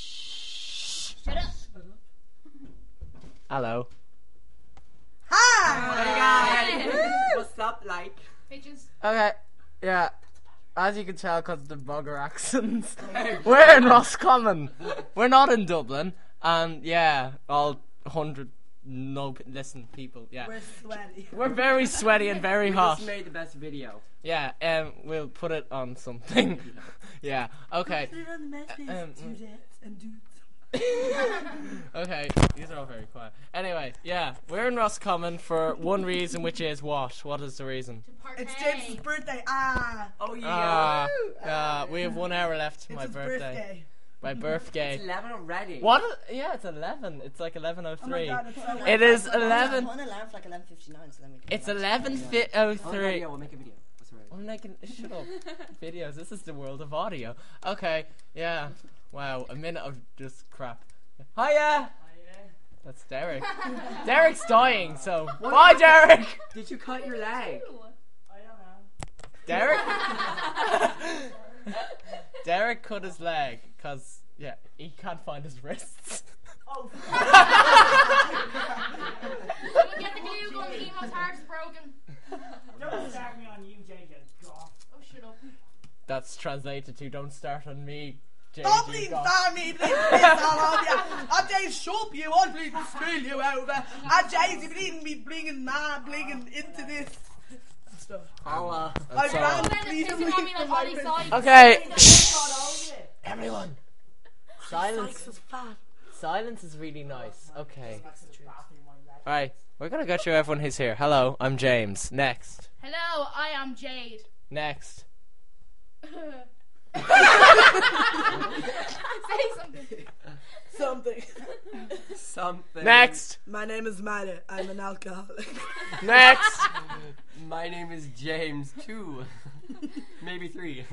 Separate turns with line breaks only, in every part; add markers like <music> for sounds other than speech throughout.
Shut up.
Hello.
Hi!
Woo!
Oh What's up, like?
Bitches.
Okay, yeah. As you can tell, because of the bugger
<laughs>
accents,
Hey.
we're in Roscommon. We're not in Dublin, and yeah, all hundred no p- listen people. Yeah,
We're sweaty.
we're very sweaty and very
<laughs> We
hot.
just made the best video.
Yeah, um, we'll put it on something. <laughs> yeah. Okay.
Put it on the message,
um,
do that, and do
Okay. These are all very quiet. Anyway, yeah, we're in Roscommon for one reason, which is what? What is the reason?
To partay.
It's James's birthday. Ah,
Oh, yeah.
Ah, uh, we have one hour left to
it's
my
his
birthday.
birthday. <laughs>
My
it's
birthday.
11 already.
What? Yeah, it's eleven. It's like eleven oh
Oh my
three.
god, it's so
It is
I'm
11.
on alarm for like 11.59, so then we can
It's
relax.
11
Oh, no, yeah,
03.
we'll make a video. That's alright.
I'm making. Shut up. Videos. This is the world of audio. Okay. Yeah. Wow. A minute of just crap. Hiya! That's Derek. <laughs> Derek's dying, so.
What
Bye,
is
Derek!
Did you cut your leg?
<laughs> Derek? Derek cut his leg, because, yeah, he can't find his <laughs> wrists.
Oh.
Someone get the glue gun. Emo's heart's broken.
Don't start me on you, JJ. Goff.
Oh, shut up.
That's translated to don't start on me, JG.
<laughs> Don't please
Goff."
start me, please piss all over you. I'm James Sharp, you. I'm please spill you over. I'm James, if you didn't be bringing my blinging into this.
Holla.
I
sorry.
ran,
Then
please
it's
leave
pissing on me
for
like
my
Ollie
business.
Sykes.
Okay.
Hold
Everyone. Silence. Silence is really nice. Okay. Alright, we're gonna go through everyone who's here. Hello, I'm James. Next.
Hello, I am Jade.
Next.
Say something.
Something.
Something.
Next.
My name is Myler. I'm an alcoholic.
Next.
<laughs>
My name is James, <laughs> two. Maybe three.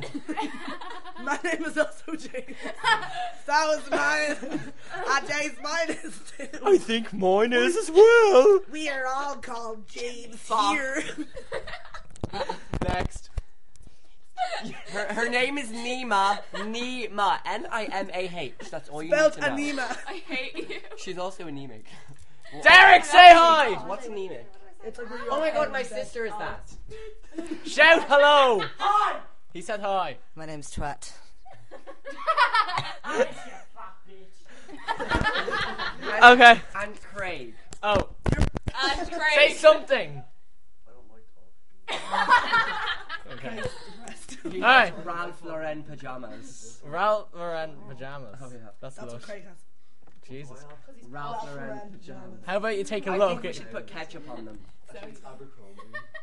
My name is also James. so is mine. I'm James Minus.
<laughs> I think mine is as well.
We are all called James
Fuck.
here.
Next.
<laughs> Her, her name is Nima. Nima. N I M A H. That's all you
Spelled
need to know.
Anima.
I <laughs> hate you.
She's also anemic.
Derek, say hi.
<laughs> What's anemic?
It's like
Oh my god, my sister is that.
Shout hello. Hi. He said hi.
My name's Twat.
on. Yes, you fat
<laughs>
bitch.
Okay.
And Craig.
Oh,
That's
say
great.
something. Okay.
He
Hi.
has Ralph Lauren pajamas.
Ralph Lauren pajamas.
Oh, yeah.
That's,
That's
lush.
what Craig has.
Jesus.
Ralph Lauren pajamas.
How about you take a
I
look?
think we
at-
should put ketchup on them.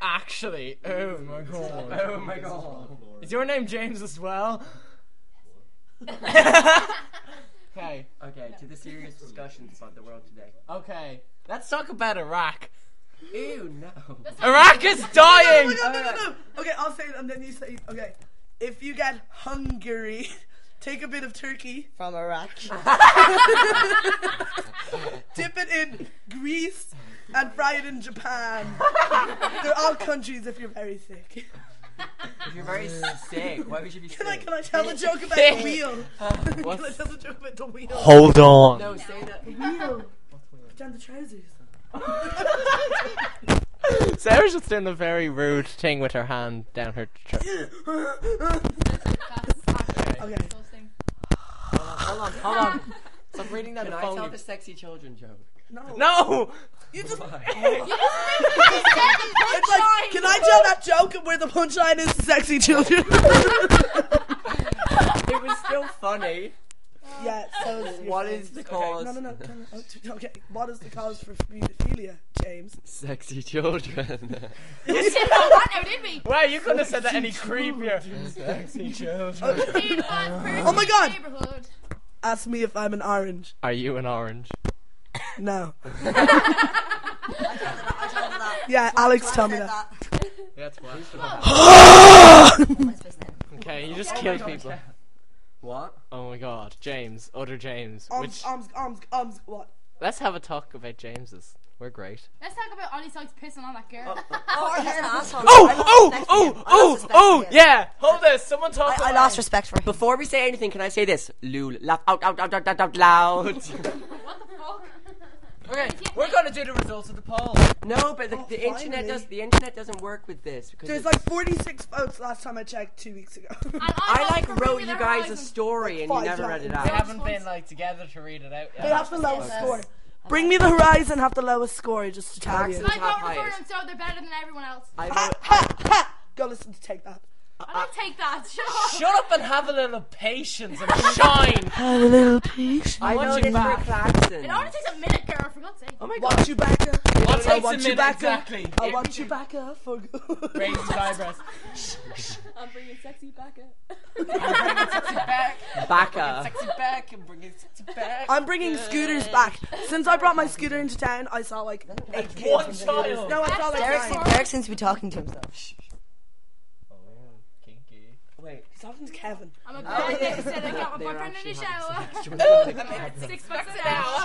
Actually, oh my god.
Oh my god.
Is your name James as well?
<laughs>
okay,
Okay, to the <laughs> serious discussions about the world today. <laughs>
okay. Let's talk about Iraq.
Ew, no.
Iraq is dying!
No, no, no, no. Okay, I'll say it and then you say. Okay, if you get hungry, <laughs> take a bit of turkey,
From
<laughs>
Iraq.
dip it in grease, and fry it in
<laughs>
Japan. They're all countries if you're very sick. <laughs>
If <laughs> you're <laughs> very sick, why would you be sick?
Can I can I tell a joke
<laughs>
about the wheel? <laughs> can I
Uh, What's-
tell a joke about the wheel?
Hold on.
No, <laughs> say that.
wheel. Down the trousers. <laughs>
Sarah's just doing a very rude thing with her hand down her chest.
Okay.
Disgusting.
Hold on, hold
<laughs>
on. <laughs> Stop reading that
Can I
phone.
tell the sexy children joke?
No.
No!
You just.
It's
It's like, can I tell that joke and where the punchline is sexy children?
It was still funny.
yeah,
<laughs>
so
What is the cause?
No, no, no. no, no. Okay, what is the cause for pedophilia,
<laughs>
James?
Sexy
<laughs>
children.
<laughs>
Shit, that now, did we?
Wow, you couldn't have said that any creepier. Sexy children. <laughs>
<laughs>
Need one person
Oh my God.
in the neighborhood.
Ask me if I'm an orange.
Are you an orange?
No.
I told her that.
Yeah, Alex,
Twat
tell me
said
that.
That's why. Oh,
Am I supposed to know?
Okay, you just killed people.
what?
Oh my god, James, other James.
Arms,
Which
arms, arms, arms. What?
let's have a talk about James's. We're great.
Let's talk about Ollie Sykes pissing on that girl.
Oh, he's an asshole. <laughs> I
Oh,
lost
oh,
respect for him.
oh, oh,
I lost respect
oh,
for him.
yeah. Hold this. Someone talk.
I, I lost respect for him.
Before we say anything, can I say this? Lul, laugh out, out, out, out, out, out <laughs> loud.
<laughs> what the fuck?
Okay, we're gonna do the results of the poll.
no, but the,
Oh,
the internet
finally.
does the internet doesn't work with this because
There's
it-
like 46 votes last time I checked two weeks ago.
<laughs>
And
I
vote for
like wrote
Bring Me
you
the
guys a
Horizon.
story and you
five
never read it
times.
We
Yeah.
out.
haven't been like together to read it out.
they
Yet.
have the lowest
Okay.
score. Bring me the horizon, have the lowest score, just to tell you.
Jackson.
I
Top
voted for
highest.
them, so they're better than everyone else.
I
Ha
vote- <laughs>
ha ha! Go listen to Take That.
Oh Uh,
I don't take that. Shut up.
Shut up and have a little patience and shine.
Have a little peach.
I
Watch
voted
it
for
back.
Claxton.
<laughs> It only takes a minute, girl. For God's sake.
Oh my god.
Want you back up.
What
I
takes a
want you
minute
back up.
exactly?
I want you back up for good.
Raise his eyebrows.
I'm bringing sexy back up.
back,
Bacca.
back, and bring it back.
<laughs> I'm bringing scooters
<laughs>
back. Since I brought my scooter into town, I saw like eight kids.
One
with
child.
scooters. No, I saw like
Derek,
Derek's-
nine.
seems- Derek seems to be talking to himself.
Oh, kinky.
Wait.
He's talking to Kevin.
I'm a bad bitch. Said I got my
They're
boyfriend in the
Oh, actually
shower. <laughs> Six bucks an hour.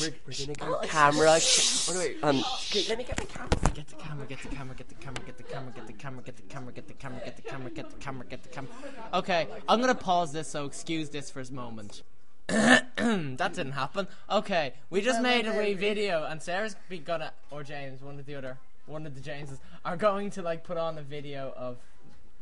We're, we're gonna go camera. Oh, no, wait. Um, okay, let me get my camera.
Get the camera, get the camera, get the camera, get the camera, get the camera, get the camera, get the camera, get the camera, get the camera, get the camera. Okay, I'm gonna pause this, so excuse this for a moment. <coughs> that didn't happen. Okay, we just made a wee video, and Sarah's be gonna, or James, one of the other, one of the Jameses, are going to like put on a video of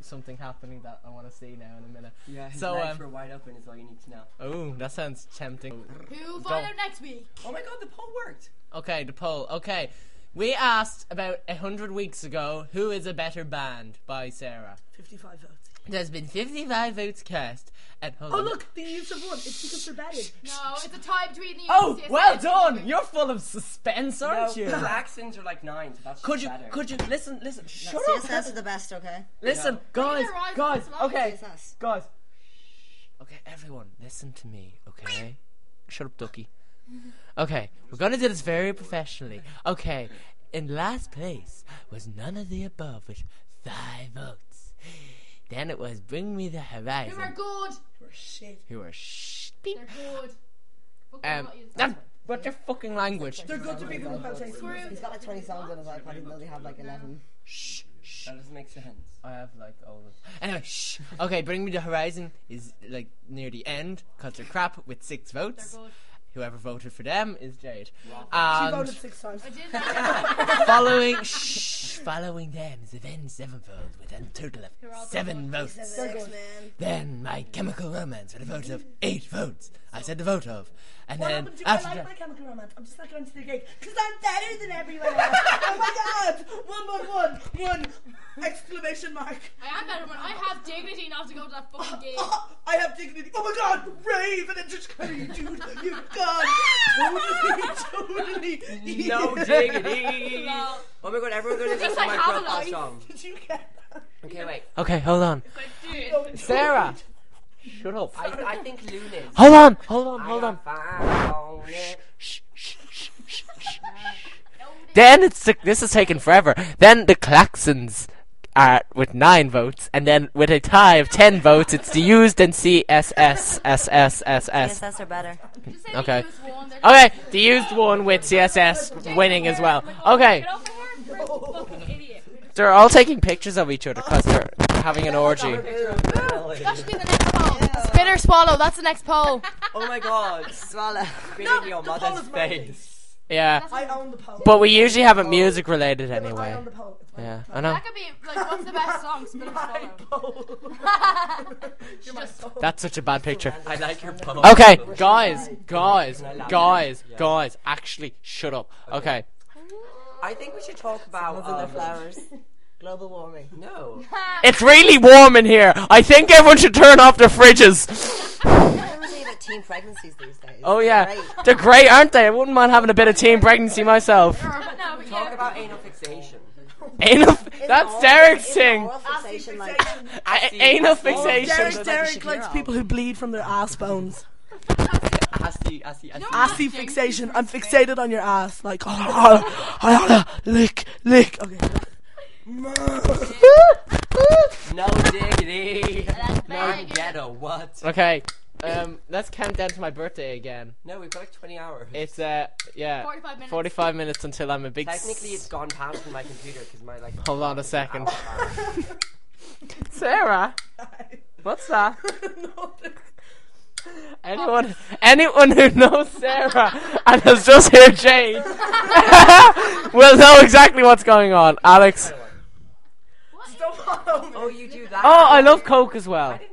something happening that I want to see now in a minute.
Yeah, his
So,
legs
um,
were wide open is all you need to know.
Oh, that sounds tempting.
Who followed next week?
Oh my god, the poll worked.
Okay, the poll. Okay, we asked about a hundred weeks ago who is a better band by Sarah.
55 votes.
There's been 55 votes cast. And hold
Oh
on.
look, the use of one. It's because they're bedded.
No, it's a tie between the.
Oh,
Yes,
well
yes.
done! You're full of suspense,
No,
aren't
<laughs>
you?
Claxons are like nine, so that's
Could
just
you?
better.
Could you? Listen, listen. Shut up!
CSS are the best, okay?
Listen, guys,
Neither are
guys.
as well.
Okay,
CSS.
guys. Okay, everyone, listen to me. Okay. Shut up, Ducky. Okay, we're gonna do this very professionally. Okay, in last place was none of the above with five votes. Then it was Bring Me the
Who are
Horizon,
good?
We're shit.
who are sh- beep.
They're good. Fuck, I'm
Um,
not using
that, but your fucking language.
They're good to be good about taste.
Screw
He's got like 20 songs on his iPad, even though they have like 11.
That doesn't make sense.
I have like all of. Anyway, shh. Okay, Bring Me the Horizon is like near the end because they're crap with six votes.
good.
Whoever voted for them is Jade.
She
And
voted six times.
I did that.
<laughs>
<laughs>
following, shh, following them is Avenged Sevenfold with a total of seven votes.
Six, man.
Then My Chemical Romance with a vote of eight votes. I said the vote of, and then
happened to I
after
like
that,
my chemical romance. I'm just not going to the gate because I'm better than everyone else. oh my god! One, one, one, one! Exclamation mark! <laughs>
I am better when I have dignity enough to go to that fucking game.
<laughs>
Oh, I have dignity. Oh my god! Raven and just <laughs> crazy, dude. You've gone totally,
<laughs>
totally.
No diggity.
Lol.
Oh my god, everyone go listen
Just
to
like
my
have a
profile
life.
song.
<laughs> Did you get that?
Okay, wait.
okay, hold
<laughs>
on,
But dude,
Sarah, shut up.
I, I think Loon <laughs> is.
Hold on, hold on, hold
I
on.
found <laughs> it.
Then it's the, this is taking forever. Then the Claxons are with nine votes, and then with a tie of ten votes, it's the used and CSS SS SS.
CSS are better.
just say
Okay.
you just won. They're
Okay, the used one with CSS winning as well. Okay,
Get off of her, you're a fucking idiot.
they're all taking pictures of each other because they're having an orgy.
That should be the next poll. Spin or swallow, that's the next <laughs> poll.
Oh my god.
Swallow.
Spitting in your
the poll
mother's
is mine.
face.
Yeah,
I own the poll.
but we usually have it music related
I
anyway.
own the poll. It's mine.
Yeah, I know.
That could be, like, what's the best song? Spin or
My
swallow.
poll.
She just,
That's such a bad picture.
I like your poem.
Okay, guys, guys, guys, guys. Actually, shut up. Okay.
I think we should talk about.
Other
Um,
flowers. Global warming.
<laughs>
no.
It's really warm in here. I think everyone should turn off their fridges.
I'm really about teen pregnancies these days.
Oh yeah,
Great.
they're great, aren't they? I wouldn't mind having a bit of teen pregnancy myself.
or, but <laughs> no, but
Talk
yeah.
about anal fixation.
Anal, that's Derek's
It's
thing.
oral fixation, like-
A- anal
Derek,
fixation.
Derek likes people who bleed from their ass bones.
I see, I see, I see.
Assy fixation. I'm fixated on your ass. Like, oh, oh, oh, oh, lick, lick. Okay.
No diggity. No ghetto, what?
Okay, Um, let's count down to my birthday again.
No, we've got like 20 hours.
It's uh, yeah,
45 minutes.
45 minutes until I'm a big. s-
Technically, it's gone past on my computer because my like.
Hold on a second.
Hour.
Sarah, what's that?
Nothing.
Anyone, anyone who knows Sarah and has just heard Jade <laughs> will know exactly what's going on. Alex.
Don't follow me.
<laughs> oh, <laughs> you do that?
Oh, I love Coke as well.
didn't-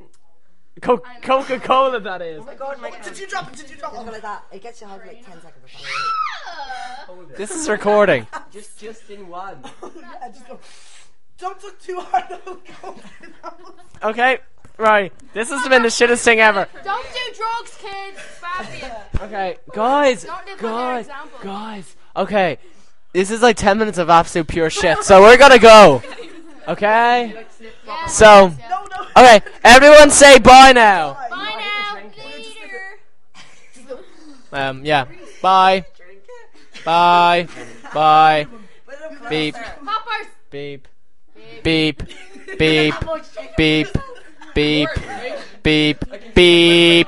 Co- Coca Cola, that is.
my god, my.
Did you drop it? Did you drop
Something
it?
like that. It gets you hard for like 10 seconds. Before.
This is recording.
Just, just in one.
<laughs> yeah, just go. Don't look too hard. <laughs> Don't go.
Okay, right. This has been the shittest thing ever.
Don't do drugs, kids. It's Bad for you.
Okay, guys,
Don't live by their
guys,
example.
guys. Okay, this is like 10 minutes of absolute pure shit, so we're gonna go. Okay?
Yeah,
So-
yeah.
No, no.
Okay, everyone say bye now.
Bye now.
drink it.
<laughs> Later.
Um, yeah. Bye. Bye. Bye. Beep.
Poppers.
Beep. <laughs> Beep. <laughs> Beep. Beep. Beep. Beep. Beep.